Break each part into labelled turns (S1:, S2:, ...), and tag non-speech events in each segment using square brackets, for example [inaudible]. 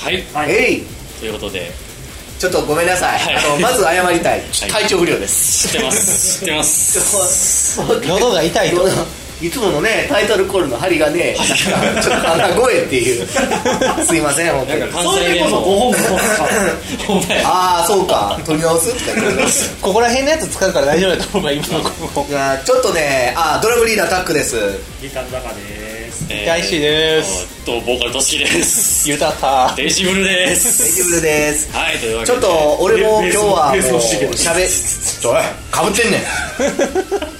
S1: はい
S2: はい
S3: えい
S1: ということで
S3: ちょっとごめんなさい、
S1: はい
S3: あのまず謝りたい、
S1: い
S3: 体調不良です
S1: 知って
S2: [laughs]
S1: ます知ってます
S3: ちょっと
S4: 喉が痛いと
S3: 喉いつものねタイトルコールの針がねなんかちょっと鼻声って [laughs] いうすいません本当に
S1: 関
S2: そ
S1: 西
S2: れで
S1: 弁
S2: こそご
S1: も
S2: 本部とか
S1: ほんまや
S3: ああそうか取り直すって言ってます
S4: ここら辺のやつ使うから大丈夫だと思う今のここ
S3: いやーちょっとねあードラムリーダータックです
S2: ギターの中です
S1: えー
S4: 大志です
S1: えーっとボーカルとしきです
S4: ゆたた
S1: デジブルで
S3: [laughs] ベ
S1: す
S3: ジブルです
S1: はいというわけ
S3: ちょ
S1: で
S3: っと俺も今日はも
S2: ベース
S3: う
S2: のシゲ
S3: しゃべちょおいかぶってんねん [laughs]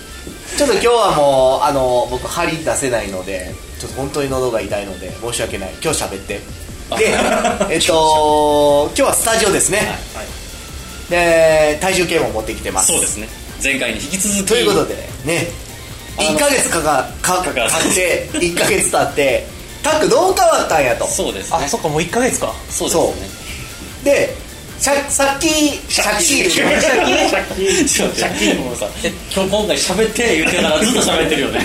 S3: ちょっと今日はもうあの僕針出せないのでちょっと本当に喉が痛いので申し訳ない今日しゃべってでえっと今日はスタジオですね、
S2: はい
S3: で体重計も持ってきてます
S1: そうですね前回に引き続き
S3: ということでね
S1: あの
S3: 1ヶ月かかか
S1: か
S3: か
S1: か
S3: って1ヶ月経ってタックどう変わったんやと
S1: そうです
S4: あ
S1: ね
S4: そっかもう1ヶ月か
S1: そうですね
S3: でしゃさっきシャキシャキ
S2: 借金
S1: ちょっと
S2: 借金もさ
S1: え今日今回喋って言ってながらずっと喋ってる
S3: [laughs]
S1: よね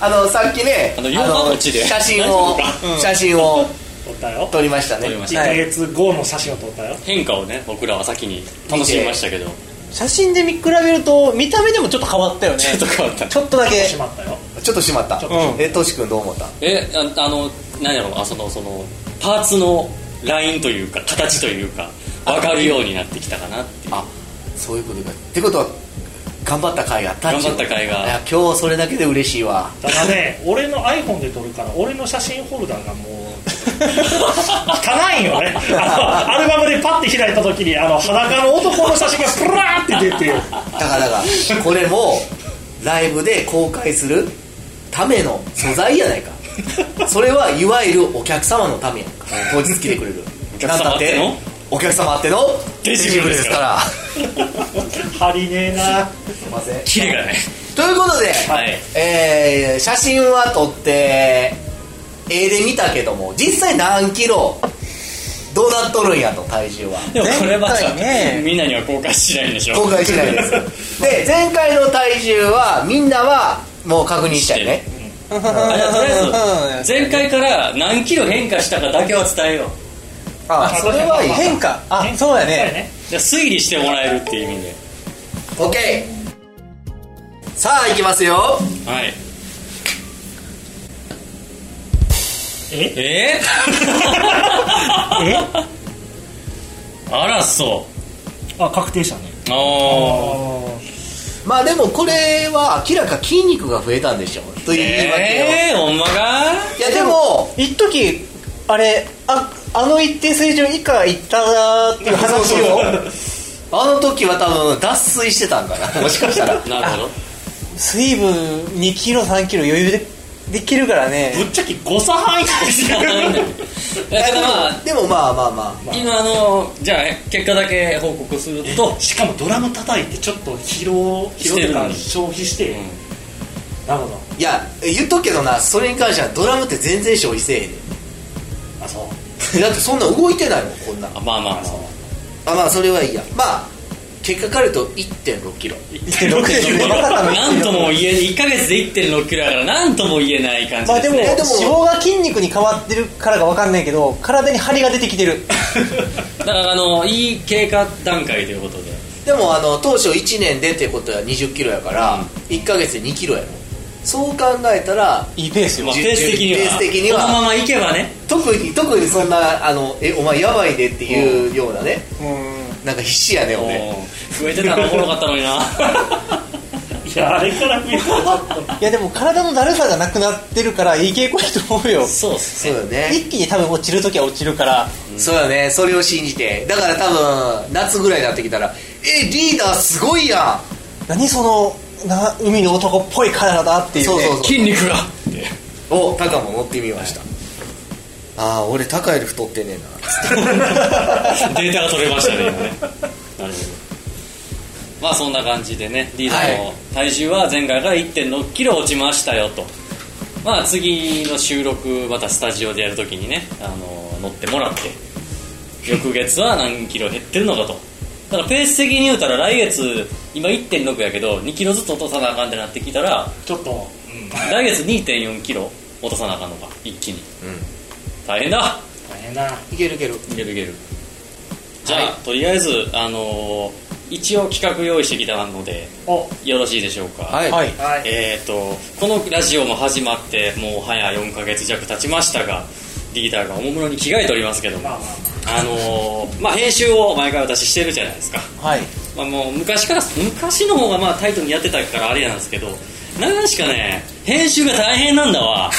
S3: あのさっきね
S1: あのヨガの地で
S3: 写真を
S1: 大丈夫
S3: 写真を
S2: 撮ったよ
S3: 撮りましたね
S1: 撮りまし
S2: 1
S4: はい
S2: ヶ月後の写真を撮ったよ
S1: 変化をね僕らは先に楽しみましたけど
S4: 写真で見比べると見た目でもちょっと変わったよね
S1: ちょっと変わった
S4: ちょっとだけ
S2: しまったよ
S3: ちょっとしまった
S2: ちょっ
S4: と
S3: えトシ君どう思った
S1: えああの何やろうあそのそのパーツのラインというか形というか分かるようになってきたかなっていう
S3: あそういうことかってことは頑張った甲斐があった
S1: 頑張った甲斐が
S3: いや今日それだけで嬉しいわ
S2: ただ [laughs] ね俺の iPhone で撮るから俺の写真ホルダーがもう汚いんよねあのアルバムでパッて開いた時にあの裸の男の写真がプラーって出て
S3: だからがこれもライブで公開するための素材やないか
S1: [laughs]
S3: それはいわゆるお客様のためやんか当日来てくれる
S1: お客様あっての
S3: なんだお客様あっての
S1: デジブルですから
S2: 貼りねえ
S1: [laughs]
S2: な
S3: すいません
S1: キレがね
S3: ということで、
S1: はい
S3: えー写真は撮って絵で見たけども実際何キロどうなっとるんやと体重は
S1: でもこれはさ、
S4: 前回ね
S1: みんなには公開しないんでしょ
S3: 公開しないです [laughs] で前回の体重はみんなはもう確認したよね
S1: あじゃあとりあえず
S4: うん
S1: 前回から何キロ変化したかだけは伝えよう
S4: あ
S3: それはいい
S4: 変化あそうやね
S1: じゃあ推理してもらえるっていう意味で
S3: OK さあ行きますよ
S1: はいえ
S2: え
S1: ー、
S2: え
S1: あらそ
S2: あ確定したね
S1: うああ
S3: まあでもこれは明らか筋肉が増えたんでしょという言い訳よ、
S1: ええー、ほんまか
S3: いやでも
S4: 一時あれああの一定水準以下いったなーっていう話を
S3: あの時は多分脱水してたんかなもしかしたら
S1: なるほど
S4: 水分2キロ3キロ余裕でできるからね
S2: ぶっちゃけ誤差範囲
S1: 知らないんだよだからまあ
S3: でもまあまあまあ
S1: 今あのじゃあ結果だけ報告すると
S2: しかもドラム叩いてちょっと疲労疲労というか消費して、
S1: うん
S2: なるほど
S3: いや言っとくけどなそれに関してはドラムって全然消費せえへんね
S2: あそうん
S3: だってそんな動いてないもんこんなん
S1: あまあまあまあ
S3: あまあそれはいいやまあ結果から言うと1 6キロ
S4: 1.6でまさかの
S1: なんとも言え1ヶ月で1.6キロだからなんとも言えない感
S4: まあ
S1: じです
S4: でも
S1: ね、
S4: 脂
S3: でも
S4: 肪が筋肉に変わってるからか分かんないけど体に張りが出てきてる
S1: だからあのいい経過段階ということで
S3: でもあの当初1年でってことは2 0キロやから、1ヶ月で2キロやもんそう考えたら
S4: いいペースよ
S1: まあ
S3: じゅ
S1: ペース的には
S3: ペース的には
S1: このままいけばね
S3: 特に特にそんなあのえお前やばいでっていうようなね、
S4: うん
S3: なんか必死やね
S1: お
S3: 俺
S1: ー増えてたのおもろかったのにな
S2: いやあれから見るとちょっと
S4: いやでも体のだるさがなくなってるからいい傾向やと思うよ
S1: そうっ
S3: [laughs]
S1: す
S3: そうだよね、
S4: 一気に多分落ちるときは落ちるから
S3: そうだねそれを信じてだから多分夏ぐらいになってきたら「えリーダーすごいや
S4: 何そのな海の男っぽい体だって
S3: ん!」
S4: いう
S3: そう
S4: ね
S3: そうそう
S1: 筋肉がって
S3: をタカも乗ってみました、ああ俺タカより太ってねえな
S1: データが取れましたね今ねなるほどまあそんな感じでねリーダーの体重は前回から1 6キロ落ちましたよとまあ次の収録またスタジオでやるときにねあの乗ってもらって翌月は何キロ減ってるのかとだからペース的に言うたら来月今1.6やけど2キロずつ落とさなあかんってなってきたら
S2: ちょっと
S1: 来月2 4キロ落とさなあかんのか一気に、大変だ
S2: 大変へんな。
S3: いけるいける
S1: いけるいけるじゃあ、とりあえずあのー一応企画用意してきたので
S2: お、
S1: よろしいでしょうか
S3: はい、
S4: はい
S2: はい。
S1: えー、とこのラジオも始まってもう早4か月弱経ちましたがリーダーがおもむろに着替えておりますけども、
S2: まあま
S1: あのーまあ、編集を毎回私してるじゃないですか、
S4: はい
S1: まあ、もう昔から昔の方がまあタイトにやってたからあれなんですけどなんしかね編集が大変なんだ
S2: [laughs]
S1: わ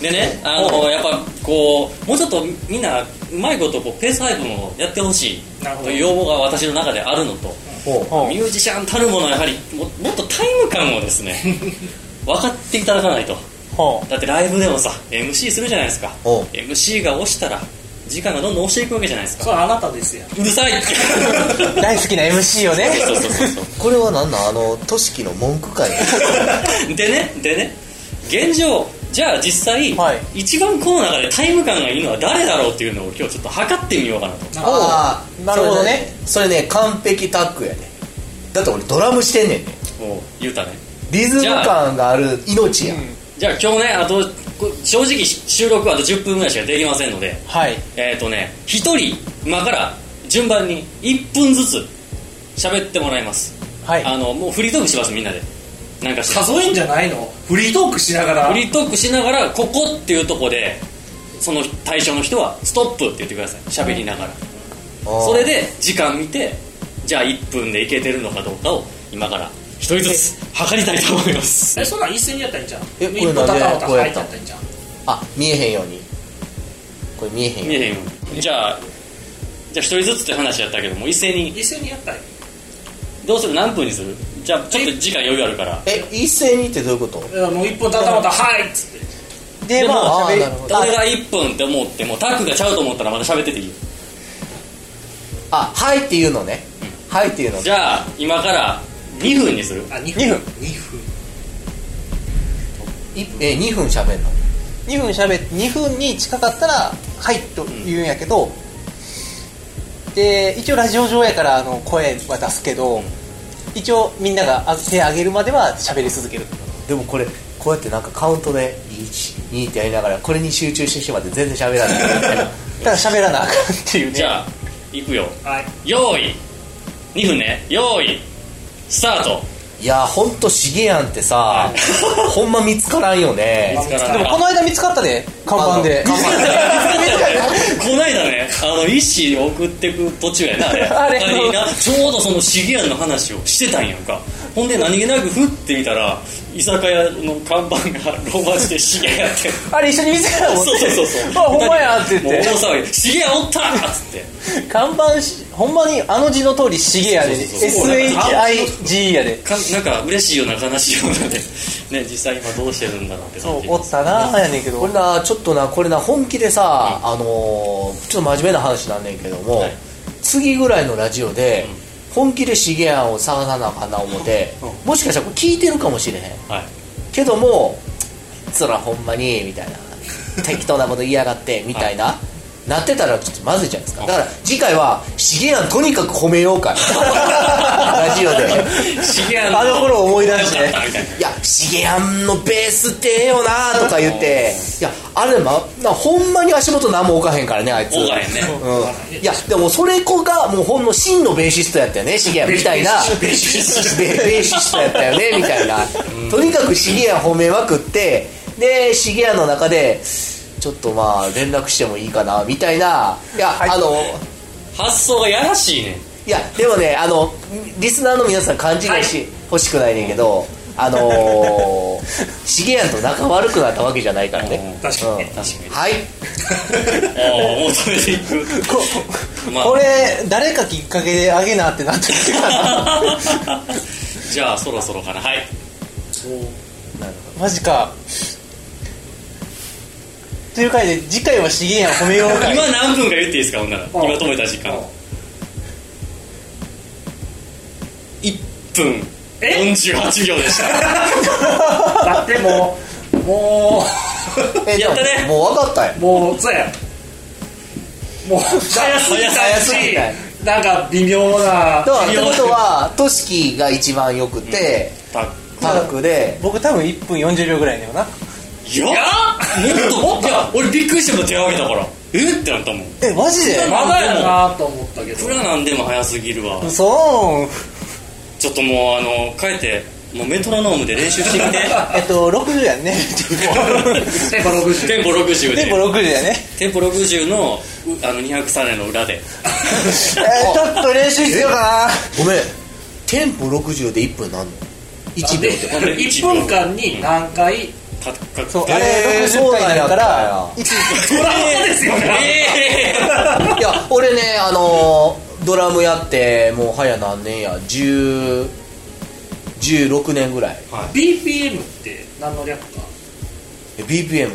S1: でねあのやっぱこうもうちょっとみんなうまいことこうペース配分をやってほしい
S2: なるほど
S1: という要望が私の中であるのとミュージシャンたるものやはりももっとタイム感をです
S2: [laughs]
S1: ね分かっていただかないと
S4: は
S1: だってライブでもさ MC するじゃないですか
S3: おう
S1: MC が押したら時間がどんどん押していくわけじゃないですか
S2: あ。それあなたですよ。
S1: うるさい
S2: [laughs]
S4: あ大好きな MC をね
S1: そうそうそうそう
S3: これは何なんあの都市記の文句
S4: [laughs]
S3: 会
S1: でねでね現状じゃあ実際、
S4: はい
S1: 一番この中でタイム感がいいのは誰だろうっていうのを今日ちょっと測ってみようかなと
S3: ああ
S4: なるほどね
S3: それねそれね完璧タッグやねだって俺ドラムしてんねんね
S1: もう言うたね
S3: リズム感がある命やん
S1: じゃあ今日ねあとこ正直収録はあと10分ぐらいしかできませんので
S4: はい
S1: えっ、ー、とね1人今から順番に1分ずつ喋ってもらいます、
S4: はい
S1: あのもうフリートークしますみんなでなんかして
S2: 数えんじゃないのフリートークしながら。
S1: フリートークしながらここっていうとこでその対象の人はストップって言ってください喋りながら、それで時間見てじゃあ1分でいけてるのかどうかを今から1人ずつ測りたいと思います
S2: え、そんなん一斉にやったらいいんじゃん。
S3: え
S2: 一歩
S3: これなんで
S2: たたた
S3: こうや
S2: 入っ
S3: った
S2: てやったらいいんじゃん。
S3: あ見えへんようにこれ見えへん
S1: 見
S3: よ
S1: えへんよじゃあじゃあ1人ずつって話やったけども一斉に
S2: 一斉にやったらいい。
S1: どうする何分にするじゃあちょっと時間余裕あるから
S3: え一斉にってどういうこと
S2: いやもう一歩たたまたはいっつって。
S4: でまあ
S3: あー
S4: 喋り
S3: なるほど
S1: 俺が1分って思ってもタックがちゃうと思ったらまた喋ってていいよ
S3: あはいっていうのねはいっていうの
S1: じゃあ今から2分にする
S2: あ、二
S4: 二
S2: 分
S4: 分。
S2: 二分。
S3: いえ2分喋んの
S4: 2分しゃべって2分に近かったら「はい」と言うんやけど、で一応ラジオ上やからあの声は出すけど、一応みんながあ手挙げるまでは喋り続ける
S3: でもこれこうやってなんかカウントで12ってやりながらこれに集中してしまって全然喋らない
S4: だから喋らなあかんっていうね
S1: じゃあ行くよ
S2: はい。
S1: 用意2分ね用意スタート
S3: いやーほんとシゲやんってさほんま見つからんよね
S1: [laughs] 見つから
S4: でも
S1: ない
S4: この間見つかったで看板で
S3: あの看
S1: こないだねあの一紙送ってく途中やなあれ
S4: [laughs] あれ
S1: になちょうどそのシゲアンの話をしてたんやんかほんで何気なくふってみたら居酒屋の看板がローマ字でシゲアン
S4: [laughs]
S1: って
S4: あれ一緒に見せたもん
S1: そうそうそうそう
S4: あほんまやって言って
S1: もう大騒ぎ「シゲアンおった!」っつって
S4: 看板しほんまにあの字の通り「しげやで「
S1: そうそうそう
S4: SHIGE」やで
S1: かなんか嬉しいような悲しいようなで、ね、実際今どうしてるんだろうって
S4: そ
S1: 感
S4: う
S1: じ
S4: おったなあやねんけど
S3: これなちょっとなこれな本気でさ、あのーちょっと真面目な話なんねんけども、
S1: はい
S3: 次ぐらいのラジオで、本気でシゲアンを探さなあかんな思って、もしかしたらこれ聞いてるかもしれへん
S1: はい
S3: けどもそらほんまにみたいな適当なこと言いやがってみたいな、なってたらちょっとまずいじゃないですかだから次回はシゲアンとにかく褒めようか [laughs]
S1: [laughs]
S3: ラジオで
S1: シゲアン
S4: あの頃思い出
S1: [laughs]
S4: して
S1: よかったみたいない
S3: や、シゲアンのベースってええよなとか言って、いや、あれ、ま、なほんまに足元何も置かへんからね、あいつ。
S1: おがへんね
S3: うん、いや、でもそれ子が、もうほんの真のベーシストやったよね、シゲアンみたいな。ベーシスト。ベーシストやったよね、みたいな。とにかくシゲアン褒めまくって、で、シゲアンの中で、ちょっとまあ、連絡してもいいかな、みたいな。いや、あの、
S1: 発想がやらしいね
S3: いやでもねあのリスナーの皆さん勘違いし、欲しくないねんけどあの [laughs] ー、シゲやんと仲悪くなったわけじゃないからね、
S2: 確
S3: うん
S2: かに。
S1: 確かに
S3: はい
S1: おおもうそれでいく
S4: こ
S1: まあ
S4: これ誰かきっかけであげなってなってきてたな
S1: [laughs] じゃあそろそろかなはい
S4: マジかという回で次回は資源を褒めよう
S1: [laughs]
S4: か
S1: 今何分か言っていいですかほんなら今
S2: ん
S1: 止めた時間1分
S2: え
S1: 48秒でした
S2: だってもう、も
S3: え
S1: やった
S3: で
S1: ね
S3: ももう分かったよ
S2: う、もう、そうや。もう、早すぎたし
S3: 早すぎたよ
S2: なんか微妙な
S3: だ。からってことはトシキが一番よくて、
S1: たっ
S3: タックで
S4: 僕多分1分40秒ぐらいだよない
S1: やもっといや俺びっくりしても手を挙げたからえってなったもん
S4: えマジで
S2: まだやなと思ったけど
S1: プラなんでも早すぎるわ
S4: そう
S1: ちょっともうあの帰ってもうメトロノームで練習してみて
S4: えっと60やね
S2: テンポ60
S1: テンポ60
S4: で
S1: で
S4: も60やね
S1: テンポ60のうあの200サレの裏 [laughs] で
S4: えーちょっと練習必要か
S3: ごめんテンポ60で1分なんの1秒で
S2: 1分間に何回
S1: たか
S4: なそうあ
S3: え
S4: れ
S3: ー
S4: 60回だ
S3: そうな
S4: か
S3: んや
S4: ら
S3: っ
S4: 一
S2: ドラマですよね
S1: え
S3: いや俺ねあのードラムやってもう早何年や10 16年ぐらい
S2: [laughs] BPM って何の略か
S3: え BPM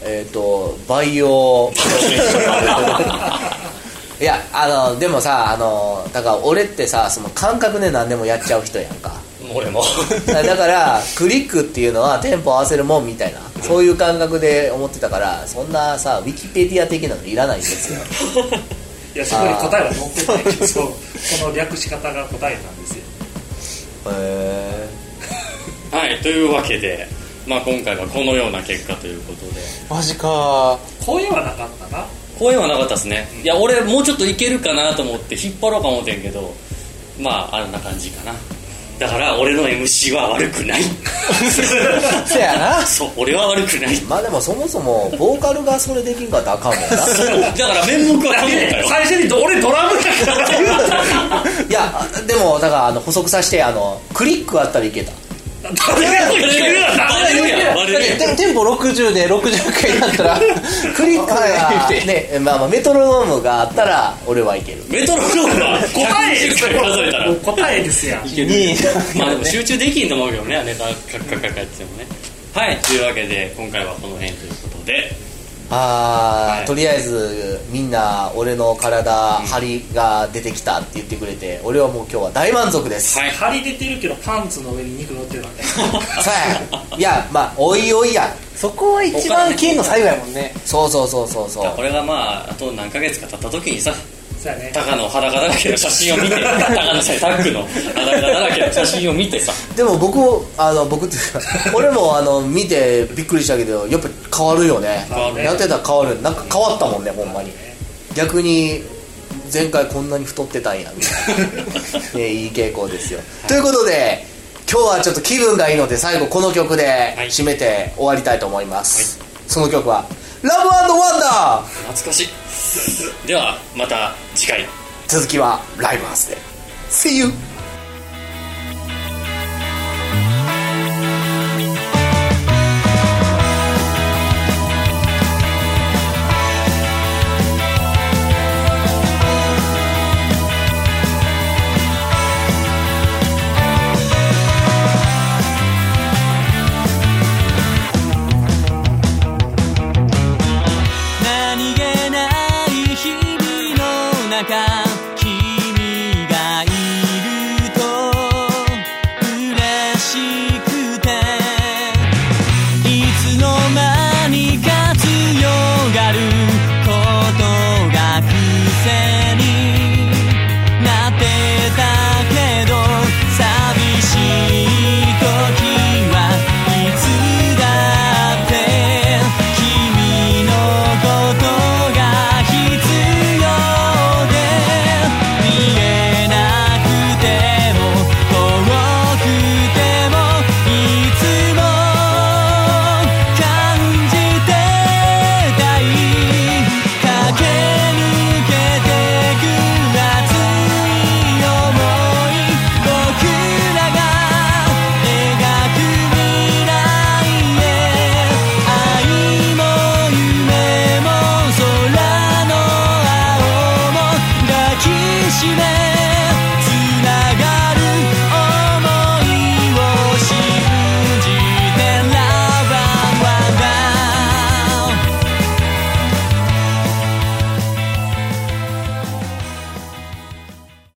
S3: えっ、とバイオ [laughs] いやあのでもさあのだから俺ってさその感覚で何でもやっちゃう人やんか
S1: ー、俺 [laughs] も
S3: だからクリックっていうのはテンポ合わせるもんみたいなそういう感覚で思ってたからそんなさウィキペディア的なのいらないんですよ
S2: いやそこに答えは載ってないけどそうこの略し方が答えなんですよ
S3: へえ
S1: はいというわけで、まあ、今回はこのような結果ということで
S4: マジか
S2: 声はなかったな
S1: 声はなかったですねいや俺もうちょっといけるかなと思って引っ張ろうか思ってんけどまああんな感じかなだから俺の MC は悪くない [laughs]
S4: そやな
S1: そう俺は悪くない
S3: まあでもそもそもボーカルがそれできんかったらあかんもんな
S1: だから面目はこのだよ
S2: 最初に俺ドラムだからって言うた
S3: いやでもだからあの補足させてあのクリックあったらいけた
S2: 誰でも言うよ
S1: バレるやんバレるやん
S4: でもテンポ60で60回だったら
S3: クリックが、ねまあ、まあメトロノームがあったら俺はいける
S1: メトロノームは
S2: 答え
S1: 120回数えたら
S2: もう答えですやん
S4: 2位 [laughs]
S1: まあでも集中できんと思うけどねネタカッカッカッカやっててもねはいというわけで今回はこの辺ということで
S3: あー、
S1: はい
S3: とりあえずみんな俺の体張りが出てきたって言ってくれて俺はもう今日は大満足 [laughs] です、
S1: はい
S2: 張り出てるけどパンツの上に肉乗ってるわけ
S3: さあいやまあおいおいや
S4: そこは一番金の最後やもんね
S3: そうそうそうそうそう
S1: これがまああと何ヶ月か経った時にさ
S2: そうやね
S1: タカの裸だらけの写真を見てタカのさタックの裸だらけの写真を見てさ
S3: でも僕もあの僕っていうか俺もあの見てびっくりしたけどやっぱ変わるよね
S2: 変わるね
S3: やってたら変わるなんか変わったもんねほんまに逆に前回こんなに太ってたんやみたいな、ね、いい傾向ですよ、ということで今日はちょっと気分がいいので最後この曲で
S1: はい
S3: 締めて終わりたいと思います、その曲は「ラブワンダー
S1: 懐かしいではまた次回」
S3: 続きはライブハウスで See you!